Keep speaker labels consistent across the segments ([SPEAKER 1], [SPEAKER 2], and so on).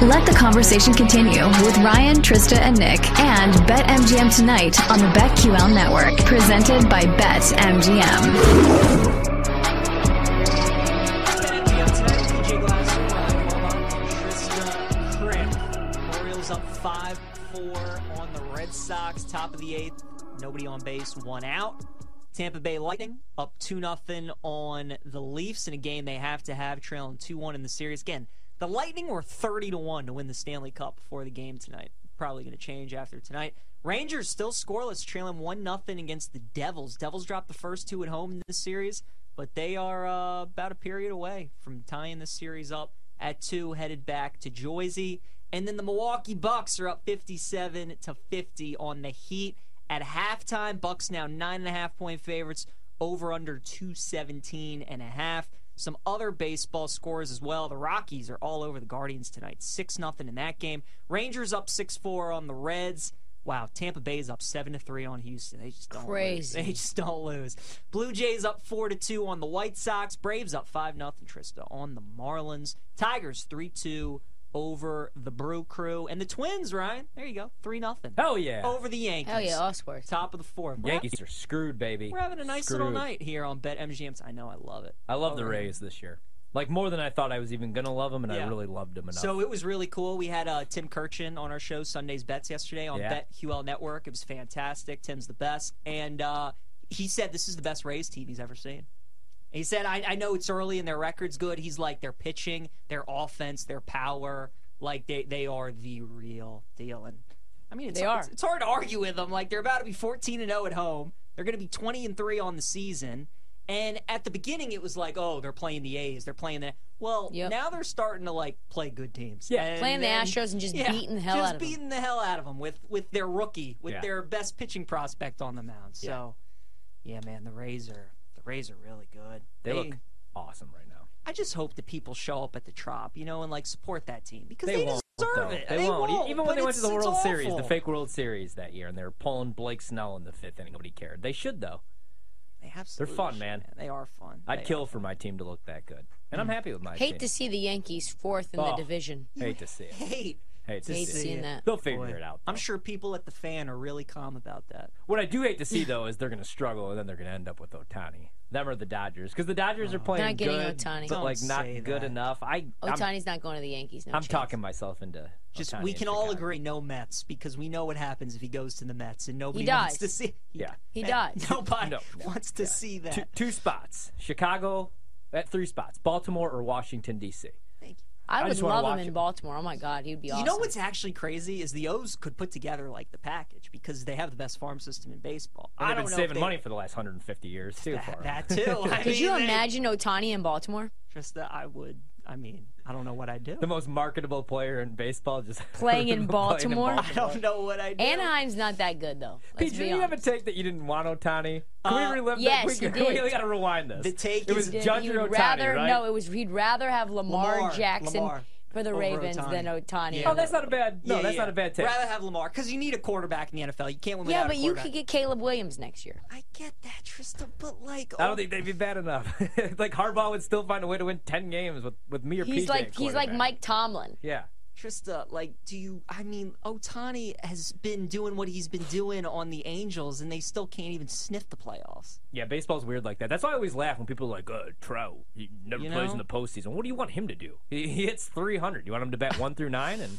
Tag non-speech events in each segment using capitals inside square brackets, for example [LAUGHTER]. [SPEAKER 1] Let the conversation continue with Ryan, Trista, and Nick and BetMGM tonight on the BetQL network, presented by BetMGM.
[SPEAKER 2] Orioles up 5 4 on the Red Sox, top of the eighth. Nobody on base, one out. Tampa Bay Lightning up 2 0 on the Leafs in a game they have to have, trailing 2 1 in the series. Again, the Lightning were 30 1 to win the Stanley Cup before the game tonight. Probably going to change after tonight. Rangers still scoreless, trailing 1 0 against the Devils. Devils dropped the first two at home in this series, but they are uh, about a period away from tying this series up at two, headed back to Jersey. And then the Milwaukee Bucks are up 57 to 50 on the Heat at halftime. Bucks now nine and a half point favorites, over under 217 and a half. Some other baseball scores as well. The Rockies are all over the Guardians tonight, six nothing in that game. Rangers up six four on the Reds. Wow, Tampa Bay's up seven to three on Houston. They just don't lose.
[SPEAKER 3] Crazy.
[SPEAKER 2] They just don't lose. Blue Jays up four to two on the White Sox. Braves up five nothing. Trista on the Marlins. Tigers three two over the Brew Crew and the Twins. Ryan, there you go, three nothing
[SPEAKER 4] Hell yeah.
[SPEAKER 2] over the Yankees.
[SPEAKER 3] Hell yeah, Osworth.
[SPEAKER 2] Top of the fourth. We're,
[SPEAKER 4] Yankees are screwed, baby.
[SPEAKER 2] we're having a nice little
[SPEAKER 4] Screwed.
[SPEAKER 2] night here on Bet MGMs. I know I love it.
[SPEAKER 4] I love the Rays this year. Like more than I thought I was even gonna love them, and
[SPEAKER 2] Yeah.
[SPEAKER 4] I really loved them enough.
[SPEAKER 2] So it was really cool. We had uh, Tim Kirchin on our show Sunday's Bets yesterday on
[SPEAKER 4] Yeah.
[SPEAKER 2] BetQL Network. It was fantastic. Tim's the best, and uh, he said this is the best Rays team he's ever seen. He said, I, "I know it's early and their record's good." He's like, "Their pitching, their offense, their power, like they they are the real deal." And I mean, it's,
[SPEAKER 3] They are.
[SPEAKER 2] It's, it's hard to argue with them. Like they're about to be 14 and 0 at home. They're going to be 20 and 3 on the season. And at the beginning, it was like, oh, they're playing the A's, they're playing the. Well,
[SPEAKER 3] Yep.
[SPEAKER 2] now they're starting to like play good teams.
[SPEAKER 4] Yeah.
[SPEAKER 2] And
[SPEAKER 3] Playing the
[SPEAKER 2] then-
[SPEAKER 3] Astros and just
[SPEAKER 2] yeah,
[SPEAKER 3] beating the hell
[SPEAKER 2] just
[SPEAKER 3] out of them.
[SPEAKER 2] beating the hell out of them with with their rookie, with
[SPEAKER 4] Yeah.
[SPEAKER 2] their best pitching prospect on the mound. So, yeah, man, the Rays are the Rays are really good.
[SPEAKER 4] they, look awesome right now.
[SPEAKER 2] I just hope that people show up at the Trop, you know, and like support that team because
[SPEAKER 4] They,
[SPEAKER 2] they,
[SPEAKER 4] won't.
[SPEAKER 2] deserve
[SPEAKER 4] though.
[SPEAKER 2] it.
[SPEAKER 4] They, won't. E- Even
[SPEAKER 2] but
[SPEAKER 4] when they went to the
[SPEAKER 2] it's-
[SPEAKER 4] World
[SPEAKER 2] it's
[SPEAKER 4] Series, the
[SPEAKER 2] awful.
[SPEAKER 4] fake World Series that year, and they were pulling Blake Snell in the fifth, and nobody cared. They should though.
[SPEAKER 2] They absolutely
[SPEAKER 4] fun,
[SPEAKER 2] should,
[SPEAKER 4] man.
[SPEAKER 2] They are Hmm. fun.
[SPEAKER 4] I'd
[SPEAKER 2] They
[SPEAKER 4] kill for my team to look that good, and I'm happy with my
[SPEAKER 3] Hate to
[SPEAKER 4] team.
[SPEAKER 3] see the Yankees fourth in the
[SPEAKER 4] Oh.
[SPEAKER 3] division.
[SPEAKER 4] Hate to see it.
[SPEAKER 2] are- hate.
[SPEAKER 4] Hate to
[SPEAKER 3] Hate
[SPEAKER 4] see it.
[SPEAKER 3] seeing that.
[SPEAKER 4] They'll figure
[SPEAKER 2] Boy,
[SPEAKER 4] it out.
[SPEAKER 2] I'm
[SPEAKER 4] though.
[SPEAKER 2] sure people at the fan are really calm about that.
[SPEAKER 4] What I do hate to see though is they're going to struggle and then they're going to end up with Otani. Them or the Dodgers because the Dodgers are playing
[SPEAKER 3] Not getting
[SPEAKER 4] good,
[SPEAKER 3] Ohtani.
[SPEAKER 4] but like
[SPEAKER 2] Uh-huh. Don't
[SPEAKER 4] not
[SPEAKER 2] say
[SPEAKER 4] good
[SPEAKER 2] that.
[SPEAKER 4] enough. I I'm,
[SPEAKER 3] Otani's not going to the Yankees. No
[SPEAKER 4] I'm
[SPEAKER 3] chance.
[SPEAKER 4] talking myself into
[SPEAKER 2] Just
[SPEAKER 4] Ohtani
[SPEAKER 2] we
[SPEAKER 4] in
[SPEAKER 2] can all
[SPEAKER 4] Chicago.
[SPEAKER 2] agree no Mets because we know what happens if he goes to the Mets and nobody
[SPEAKER 3] dies.
[SPEAKER 2] wants to see.
[SPEAKER 4] [LAUGHS] Yeah,
[SPEAKER 3] He died.
[SPEAKER 2] [LAUGHS] Nobody
[SPEAKER 4] No, no,
[SPEAKER 2] wants to see that.
[SPEAKER 4] two, two spots: Chicago at three spots, Baltimore or Washington D.C.
[SPEAKER 3] I would
[SPEAKER 4] just wanna
[SPEAKER 3] love him
[SPEAKER 4] watch
[SPEAKER 3] in
[SPEAKER 4] it.
[SPEAKER 3] Baltimore. Oh my God, he'd be awesome.
[SPEAKER 2] You know what's actually crazy is the O's could put together like the package because they have the best farm system in baseball.
[SPEAKER 4] And
[SPEAKER 2] I
[SPEAKER 4] They've
[SPEAKER 2] don't
[SPEAKER 4] been
[SPEAKER 2] know if
[SPEAKER 4] saving
[SPEAKER 2] they-
[SPEAKER 4] money
[SPEAKER 2] [LAUGHS]
[SPEAKER 4] for the last 150 years too.
[SPEAKER 2] that,
[SPEAKER 4] for
[SPEAKER 2] that too. I
[SPEAKER 3] Could
[SPEAKER 2] mean,
[SPEAKER 3] you
[SPEAKER 2] they-
[SPEAKER 3] imagine Otani in Baltimore?
[SPEAKER 2] Trista, I would. I mean, I don't know what I do.
[SPEAKER 4] the most marketable player in baseball just [LAUGHS]
[SPEAKER 3] Playing in Baltimore?
[SPEAKER 2] I don't know what I do.
[SPEAKER 3] Anaheim's not that good though. Let's
[SPEAKER 4] Pete,
[SPEAKER 3] be
[SPEAKER 4] did you have a
[SPEAKER 3] honest.
[SPEAKER 4] take that you didn't want Otani? Can
[SPEAKER 2] Uh,
[SPEAKER 4] we relive
[SPEAKER 3] yes,
[SPEAKER 4] that?
[SPEAKER 3] you
[SPEAKER 4] We, [LAUGHS] we,
[SPEAKER 3] did.
[SPEAKER 4] got to rewind this.
[SPEAKER 2] The take
[SPEAKER 4] it was
[SPEAKER 2] is that
[SPEAKER 4] Judge
[SPEAKER 3] You'd
[SPEAKER 4] or Otani,
[SPEAKER 3] rather
[SPEAKER 4] right?
[SPEAKER 3] no. It was he'd rather have Lamar,
[SPEAKER 2] Lamar.
[SPEAKER 3] Jackson
[SPEAKER 2] Lamar
[SPEAKER 3] for the
[SPEAKER 2] over
[SPEAKER 3] Ravens
[SPEAKER 2] Ohtani.
[SPEAKER 3] than Otani.
[SPEAKER 2] Yeah.
[SPEAKER 4] Oh, that's not a bad. No,
[SPEAKER 2] Yeah,
[SPEAKER 4] that's
[SPEAKER 2] yeah.
[SPEAKER 4] not a bad take.
[SPEAKER 2] Rather have Lamar because you need a quarterback in the NFL. You can't win
[SPEAKER 3] Yeah,
[SPEAKER 2] without a
[SPEAKER 3] but you
[SPEAKER 2] quarterback.
[SPEAKER 3] could get Caleb Williams next year.
[SPEAKER 2] I get that, Trista, but like,
[SPEAKER 4] I don't think they'd be bad enough. [LAUGHS] like Harbaugh would still find a way to win ten games with, with me or PJ.
[SPEAKER 3] He's
[SPEAKER 4] at
[SPEAKER 3] like he's like
[SPEAKER 4] quarterback.
[SPEAKER 3] Mike Tomlin.
[SPEAKER 4] Yeah,
[SPEAKER 2] oh, Trista, like, do you? I mean, Otani has been doing what he's been doing on the Angels, and they still can't even sniff the playoffs.
[SPEAKER 4] yeah. Baseball's weird like that. That's why I always laugh when people are like, "Uh, Trout, he never
[SPEAKER 2] You
[SPEAKER 4] plays
[SPEAKER 2] know?
[SPEAKER 4] in the postseason. What do you want him to do? He, he hits three hundred. You want him to bat one through nine, and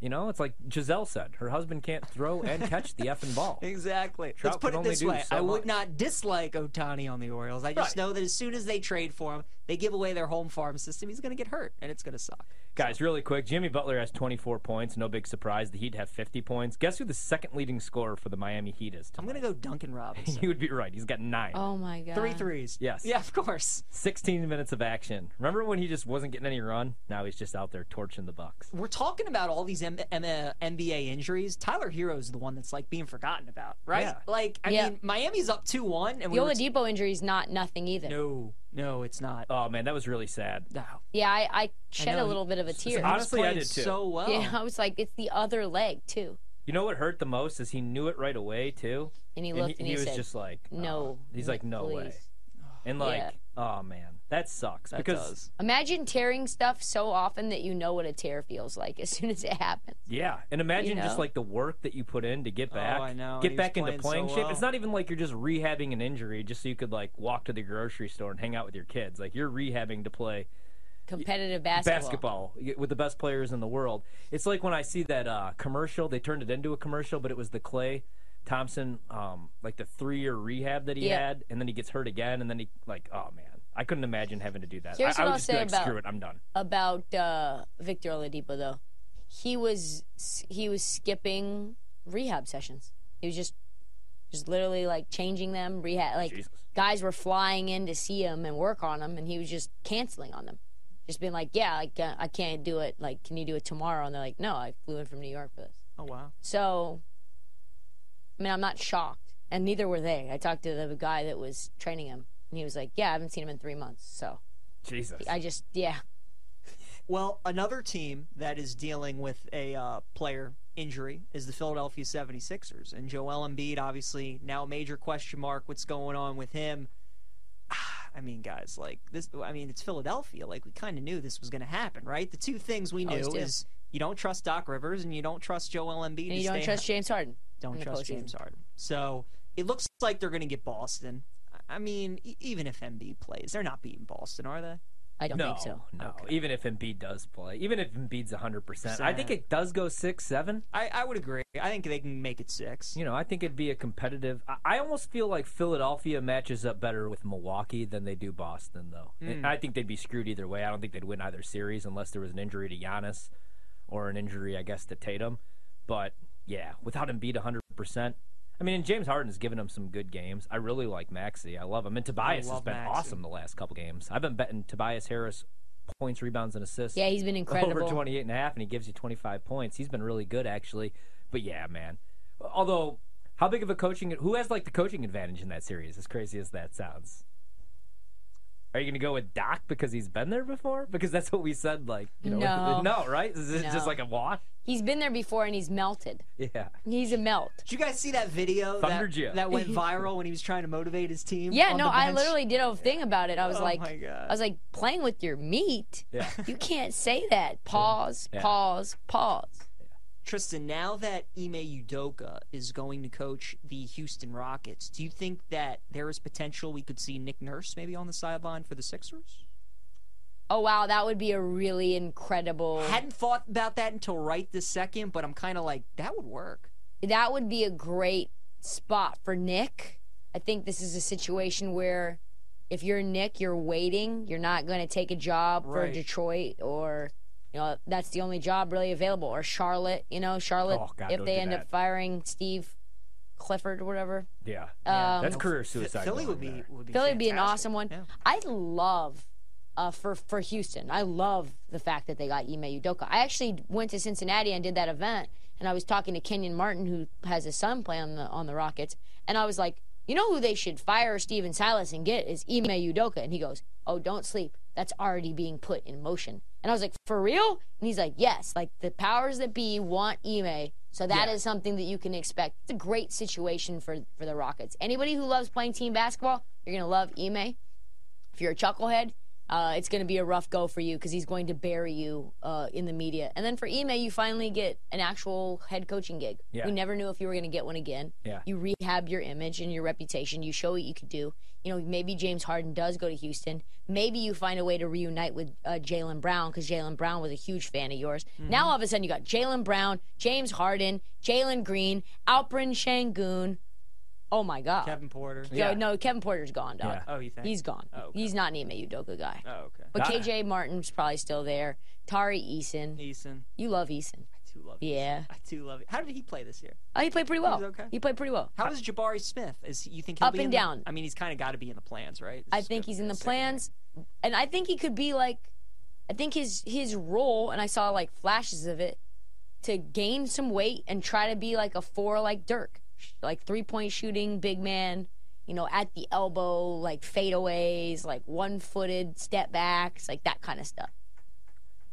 [SPEAKER 4] you know, it's like Giselle said, her husband can't throw and catch the effing ball.
[SPEAKER 2] [LAUGHS] Exactly.
[SPEAKER 4] Trout
[SPEAKER 2] Let's put it
[SPEAKER 4] can only
[SPEAKER 2] this
[SPEAKER 4] do
[SPEAKER 2] way:
[SPEAKER 4] so
[SPEAKER 2] I would
[SPEAKER 4] much.
[SPEAKER 2] not dislike Otani on the Orioles. I just
[SPEAKER 4] Right.
[SPEAKER 2] know that as soon as they trade for him, they give away their home farm system. He's going to get hurt, and it's going to suck.
[SPEAKER 4] Guys, really quick, Jimmy Butler has 24 points. No big surprise. The Heat have 50 points. Guess who the second leading scorer for the Miami Heat is?
[SPEAKER 2] I'm
[SPEAKER 4] Tonight?
[SPEAKER 2] going to go Duncan Robinson.
[SPEAKER 4] [LAUGHS] You would be right. He's got nine.
[SPEAKER 3] Oh my God.
[SPEAKER 2] Three threes.
[SPEAKER 4] Yes.
[SPEAKER 2] Yeah, of course.
[SPEAKER 4] 16 minutes of action. Remember when he just wasn't getting any run? Now he's just out there torching the Bucks.
[SPEAKER 2] We're talking about all these M- M- uh, NBA injuries. Tyler Hero's the one that's like being forgotten about, right?
[SPEAKER 4] Yeah.
[SPEAKER 2] Like, I
[SPEAKER 3] Yeah.
[SPEAKER 2] mean, Miami's up two one, and
[SPEAKER 3] The
[SPEAKER 2] we were
[SPEAKER 3] Oladipo injury is not nothing either.
[SPEAKER 2] No, no, it's not.
[SPEAKER 4] Oh man, that was really sad.
[SPEAKER 2] no.
[SPEAKER 3] Yeah, I, I shed
[SPEAKER 2] know,
[SPEAKER 3] a
[SPEAKER 2] he-
[SPEAKER 3] little bit of a tear.
[SPEAKER 4] honest-
[SPEAKER 2] He's
[SPEAKER 4] Honestly, I
[SPEAKER 2] playing
[SPEAKER 4] did too.
[SPEAKER 2] So well.
[SPEAKER 3] [LAUGHS] Yeah, I was like, it's the other leg too.
[SPEAKER 4] You know what hurt the most is he knew it right away too,
[SPEAKER 3] And he
[SPEAKER 4] and
[SPEAKER 3] looked
[SPEAKER 4] he,
[SPEAKER 3] and he,
[SPEAKER 4] he was
[SPEAKER 3] said,
[SPEAKER 4] just like, oh.
[SPEAKER 3] "No."
[SPEAKER 4] He's like, no way,
[SPEAKER 3] please."
[SPEAKER 4] and like, oh man, That sucks
[SPEAKER 2] That
[SPEAKER 4] because
[SPEAKER 2] does.
[SPEAKER 3] Imagine tearing stuff so often that you know what a tear feels like as [LAUGHS] soon as it happens.
[SPEAKER 4] Yeah, and imagine just
[SPEAKER 3] know?
[SPEAKER 4] like the work that you put in to get back,
[SPEAKER 2] Oh, I know,
[SPEAKER 4] get
[SPEAKER 2] he was
[SPEAKER 4] back into
[SPEAKER 2] playing
[SPEAKER 4] playing
[SPEAKER 2] so
[SPEAKER 4] shape.
[SPEAKER 2] well.
[SPEAKER 4] It's not even like you're just rehabbing an injury just so you could like walk to the grocery store and hang out with your kids. Like you're rehabbing to play
[SPEAKER 3] Competitive basketball.
[SPEAKER 4] basketball with the best players in the world. It's like when I see that uh, commercial. They turned it into a commercial, but it was the Clay Thompson, um, like the three-year rehab that he
[SPEAKER 3] Yeah.
[SPEAKER 4] had, and then he gets hurt again, and then he like, oh man, I couldn't imagine having to do that.
[SPEAKER 3] Here's
[SPEAKER 4] I, I
[SPEAKER 3] what
[SPEAKER 4] would
[SPEAKER 3] I'll
[SPEAKER 4] just
[SPEAKER 3] say
[SPEAKER 4] be like,
[SPEAKER 3] about-
[SPEAKER 4] screw it, I'm done.
[SPEAKER 3] About uh, Victor Oladipo though, he was he was skipping rehab sessions. He was just just literally like changing them. Rehab like
[SPEAKER 4] Jesus.
[SPEAKER 3] guys were flying in to see him and work on him, and he was just canceling on them. Just being like, yeah, like, uh, I can't do it. Like, can you do it tomorrow? And they're like, no, I flew in from New York for this.
[SPEAKER 2] Oh wow.
[SPEAKER 3] So, I mean, I'm not shocked, and neither were they. I talked to the guy that was training him, and he was like, "Yeah, I haven't seen him in three months." So
[SPEAKER 4] Jesus.
[SPEAKER 3] I just, yeah,
[SPEAKER 2] Well, another team that is dealing with a uh, player injury is the Philadelphia 76ers. And Joel Embiid, obviously, now a major question mark. What's going on with him? [SIGHS] Ah, I mean, guys, like this. I mean, it's Philadelphia. Like we kind of knew this was going to happen, right? The two things we
[SPEAKER 3] Always
[SPEAKER 2] knew
[SPEAKER 3] do.
[SPEAKER 2] is you don't trust Doc Rivers and you don't trust Joel Embiid.
[SPEAKER 3] and
[SPEAKER 2] to
[SPEAKER 3] you don't
[SPEAKER 2] stay
[SPEAKER 3] trust James Harden. in
[SPEAKER 2] don't
[SPEAKER 3] the
[SPEAKER 2] trust
[SPEAKER 3] postseason.
[SPEAKER 2] James Harden. So it looks like they're going to get Boston. I- I mean, e- even if Embiid plays, they're not beating Boston, are they?
[SPEAKER 3] I don't
[SPEAKER 4] no,
[SPEAKER 3] think so.
[SPEAKER 4] no. Even if Embiid does play, even if Embiid's 100%, I think
[SPEAKER 2] Percent.
[SPEAKER 4] it does go 6 7.
[SPEAKER 2] I, I would agree. I think they can make it six.
[SPEAKER 4] You know, I think it'd be a competitive. I, I almost feel like Philadelphia matches up better with Milwaukee than they do Boston, though. And I think they'd be screwed either way. I don't think they'd win either series unless there was an injury to Giannis or an injury, I guess, to Tatum. But yeah, without Embiid 100%. I mean, and James Harden's given him some good games. I really like Maxi. I love him. And Tobias has
[SPEAKER 2] love
[SPEAKER 4] been
[SPEAKER 2] Maxey.
[SPEAKER 4] awesome the last couple games. I've been betting Tobias Harris points, rebounds, and assists
[SPEAKER 3] Yeah, he's been incredible.
[SPEAKER 4] over 28 and a half and he gives you 25 points. He's been really good actually. But yeah, man. Although how big of a coaching who has like the coaching advantage in that series as crazy as that sounds? Are you going to go with Doc because he's been there before? Because that's what we said like, you know, [LAUGHS]
[SPEAKER 3] No.
[SPEAKER 4] right? Is it
[SPEAKER 3] No.
[SPEAKER 4] just like a wash?
[SPEAKER 3] He's been there before, and he's melted.
[SPEAKER 4] Yeah.
[SPEAKER 3] He's a melt.
[SPEAKER 2] Did you guys see that video
[SPEAKER 4] Thunder
[SPEAKER 2] that,
[SPEAKER 4] Jim.
[SPEAKER 2] that
[SPEAKER 3] [LAUGHS]
[SPEAKER 2] went viral when he was trying to motivate his team?
[SPEAKER 3] Yeah,
[SPEAKER 2] on
[SPEAKER 3] no,
[SPEAKER 2] the
[SPEAKER 3] I
[SPEAKER 2] bench?
[SPEAKER 3] literally did a thing about it. I was
[SPEAKER 2] Oh
[SPEAKER 3] like,
[SPEAKER 2] my God.
[SPEAKER 3] I was like, playing with your meat. [LAUGHS]
[SPEAKER 4] Yeah.
[SPEAKER 3] You can't say
[SPEAKER 2] [LAUGHS]
[SPEAKER 3] that. Pause.
[SPEAKER 4] Yeah.
[SPEAKER 3] Pause. Pause.
[SPEAKER 2] Tristan, now that Ime Udoka is going to coach the Houston Rockets, do you think that there is potential we could see Nick Nurse maybe on the sideline for the Sixers?
[SPEAKER 3] Oh wow, that would be a really incredible.
[SPEAKER 2] Hadn't thought about that until right this second, but I'm kind of like, that would work.
[SPEAKER 3] that would be a great spot for Nick. I think this is a situation where if you're Nick, you're waiting. You're not going to take a job
[SPEAKER 2] Right.
[SPEAKER 3] for Detroit or you know that's the only job really available or Charlotte, you know, Charlotte
[SPEAKER 4] Oh, God,
[SPEAKER 3] if
[SPEAKER 4] don't
[SPEAKER 3] they
[SPEAKER 4] do
[SPEAKER 3] end
[SPEAKER 4] that.
[SPEAKER 3] up firing Steve Clifford or whatever.
[SPEAKER 4] Yeah.
[SPEAKER 3] Yeah.
[SPEAKER 4] that's career
[SPEAKER 2] Ph-
[SPEAKER 4] suicide.
[SPEAKER 2] Philly
[SPEAKER 4] going
[SPEAKER 2] would be,
[SPEAKER 4] there.
[SPEAKER 2] would be
[SPEAKER 3] Um, Philly would be an
[SPEAKER 2] fantastic.
[SPEAKER 3] awesome one.
[SPEAKER 2] Yeah.
[SPEAKER 3] I love uh, for for Houston. I love the fact that they got Ime Udoka. I actually went to Cincinnati and did that event, and I was talking to Kenyon Martin, who has his son playing on the on the Rockets, and I was like, you know who they should fire Steven Silas and get is Ime Udoka, and he goes, oh, don't sleep. That's already being put in motion. And I was like, for real? And he's like, yes. Like the powers that be want Ime. So that is something that you can expect. It's a great situation for, for the Rockets. Anybody who loves playing team basketball, you're going to love Ime if you're a chucklehead, uh, it's going to be a rough go for you because he's going to bury you uh, in the media. And then for Ime, you finally get an actual head coaching gig.
[SPEAKER 4] Yeah.
[SPEAKER 3] We never knew if you were going to get one again.
[SPEAKER 4] Yeah.
[SPEAKER 3] You rehab your image and your reputation. You show what you could do. You know, maybe James Harden does go to Houston. Maybe you find a way to reunite with uh, Jalen Brown because Jalen Brown was a huge fan of yours. Now all of a sudden you got Jalen Brown, James Harden, Jalen Green, Alperin Shangoon. Oh my God.
[SPEAKER 2] Kevin Porter.
[SPEAKER 3] Yo, no, Kevin Porter's gone, dog.
[SPEAKER 4] Yeah.
[SPEAKER 2] Oh, you think?
[SPEAKER 3] He's gone. He's not an Ime Udoka guy.
[SPEAKER 2] Oh, okay.
[SPEAKER 3] But
[SPEAKER 4] Ah.
[SPEAKER 3] KJ Martin's probably still there. Tari Eason.
[SPEAKER 2] Eason.
[SPEAKER 3] You love Eason.
[SPEAKER 2] I do love Eason.
[SPEAKER 3] Yeah.
[SPEAKER 2] I do love it. How did he play this year?
[SPEAKER 3] Oh, he played pretty well.
[SPEAKER 2] He's okay.
[SPEAKER 3] He played pretty well.
[SPEAKER 2] How is Jabari Smith? Is you think he'll
[SPEAKER 3] Up
[SPEAKER 2] be
[SPEAKER 3] and
[SPEAKER 2] in the-
[SPEAKER 3] down.
[SPEAKER 2] I mean, he's kind of got to be in the plans, right?
[SPEAKER 3] I think he's in the plans, and I think he could be like, I think his his role, and I saw like flashes of it, to gain some weight and try to be like a four like Dirk, Sh- like three point shooting big man, you know, at the elbow, like fadeaways, like one footed step backs, like that kind of stuff.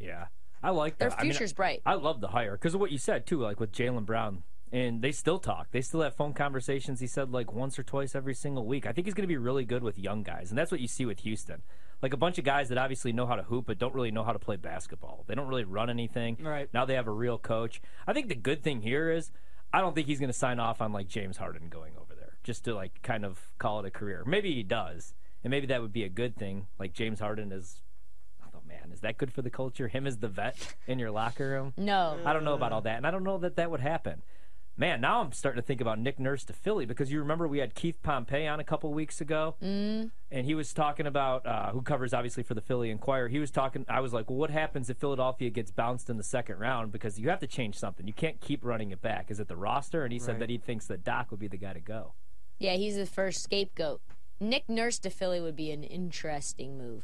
[SPEAKER 4] Yeah. I like
[SPEAKER 3] Their
[SPEAKER 4] that. I mean,
[SPEAKER 3] future's bright.
[SPEAKER 4] I love the hire because of what you said too, like with Jalen Brown, and they still talk. They still have phone conversations. He said like once or twice every single week. I think he's going to be really good with young guys, and that's what you see with Houston. like a bunch of guys that obviously know how to hoop but don't really know how to play basketball. They don't really run anything.
[SPEAKER 2] Right.
[SPEAKER 4] Now they have a real coach. I think the good thing here is I don't think he's going to sign off on like James Harden going over there just to like kind of call it a career. Maybe he does. And maybe that would be a good thing. Like James Harden is oh man, is that good for the culture? Him as the vet in your locker room?
[SPEAKER 3] No.
[SPEAKER 4] I don't know about all that, and I don't know that that would happen. Man, now I'm starting to think about Nick Nurse to Philly because you remember we had Keith Pompey on a couple weeks ago,
[SPEAKER 3] Mm.
[SPEAKER 4] and he was talking about uh, who covers obviously for the Philly Inquirer. He was talking. I was like, well, what happens if Philadelphia gets bounced in the second round because you have to change something? You can't keep running it back. Is it the roster? And he said that he thinks that Doc would be the guy to go.
[SPEAKER 3] Yeah, he's the first scapegoat. Nick Nurse to Philly would be an interesting move.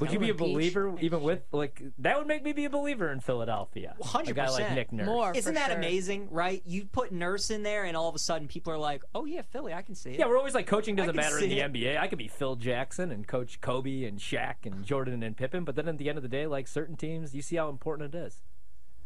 [SPEAKER 4] Would you be a
[SPEAKER 3] would be
[SPEAKER 4] believer even with like that? Would make me be a believer in Philadelphia. A guy
[SPEAKER 2] 100%.
[SPEAKER 4] like Nick Nurse.
[SPEAKER 3] More.
[SPEAKER 2] Isn't
[SPEAKER 3] for
[SPEAKER 2] that
[SPEAKER 3] sure.
[SPEAKER 2] amazing, right? You put Nurse in there, and all of a sudden people are like, oh, yeah, Philly, I can see it.
[SPEAKER 4] Yeah, we're always like coaching doesn't
[SPEAKER 2] I can
[SPEAKER 4] matter in
[SPEAKER 2] see
[SPEAKER 4] the
[SPEAKER 2] it.
[SPEAKER 4] NBA. I could be Phil Jackson and coach Kobe and Shaq and Jordan and Pippen, but then at the end of the day, like certain teams, you see how important it is.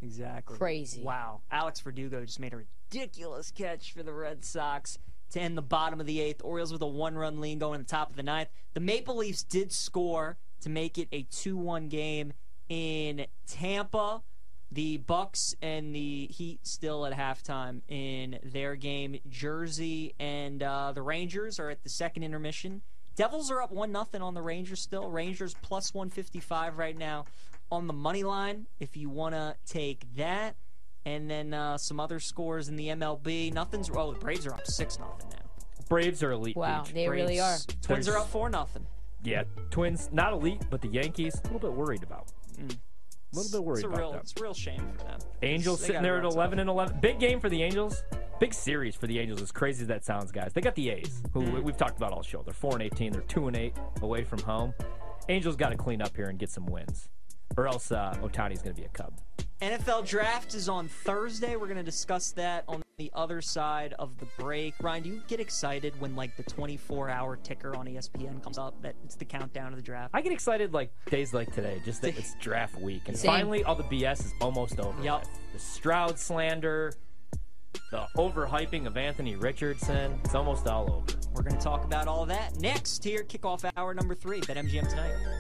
[SPEAKER 2] Exactly.
[SPEAKER 3] Crazy.
[SPEAKER 2] Wow. Alex Verdugo just made a ridiculous catch for the Red Sox to end the bottom of the eighth. Orioles with a one run lead going to the top of the ninth. The Maple Leafs did score to make it a 2 1 game in Tampa. The Bucks and the Heat still at halftime in their game. Jersey and uh, the Rangers are at the second intermission. Devils are up one nothing on the Rangers still. Rangers plus 155 right now on the money line if you want to take that. And then uh, some other scores in the MLB. Nothing's oh the Braves are up six nothing now.
[SPEAKER 4] Braves are elite.
[SPEAKER 3] Wow,
[SPEAKER 4] Peach.
[SPEAKER 3] they really are.
[SPEAKER 2] Twins
[SPEAKER 4] There's-
[SPEAKER 2] are up four nothing.
[SPEAKER 4] yeah, Twins not elite, but the Yankees a little bit worried about. A little bit
[SPEAKER 2] Mm.
[SPEAKER 4] worried
[SPEAKER 2] It's a
[SPEAKER 4] about
[SPEAKER 2] real
[SPEAKER 4] them.
[SPEAKER 2] it's a real shame for them.
[SPEAKER 4] Angels
[SPEAKER 2] They
[SPEAKER 4] sitting
[SPEAKER 2] gotta
[SPEAKER 4] there at
[SPEAKER 2] run
[SPEAKER 4] 11 and 11. Big game for the Angels. Big series for the Angels. As crazy as that sounds, guys. They got the A's, who
[SPEAKER 2] Mm.
[SPEAKER 4] we- we've talked about all show. They're 4 and 18. They're 2 and 8 away from home. Angels got to clean up here and get some wins, or else uh, Otani's going to be a Cub.
[SPEAKER 2] NFL draft is on Thursday. We're going to discuss that on the other side of the break. Ryan, do you get excited when like the 24-hour ticker on E ESPN comes up that it's the countdown of the draft?
[SPEAKER 4] I get excited like days like today, just that it's draft week, and
[SPEAKER 3] Same.
[SPEAKER 4] finally all the BS is almost over.
[SPEAKER 2] Yup.
[SPEAKER 4] with. The Stroud slander, the overhyping of Anthony Richardson, it's almost all over.
[SPEAKER 2] We're going to talk about all that next here, kickoff hour number three, BetMGM tonight.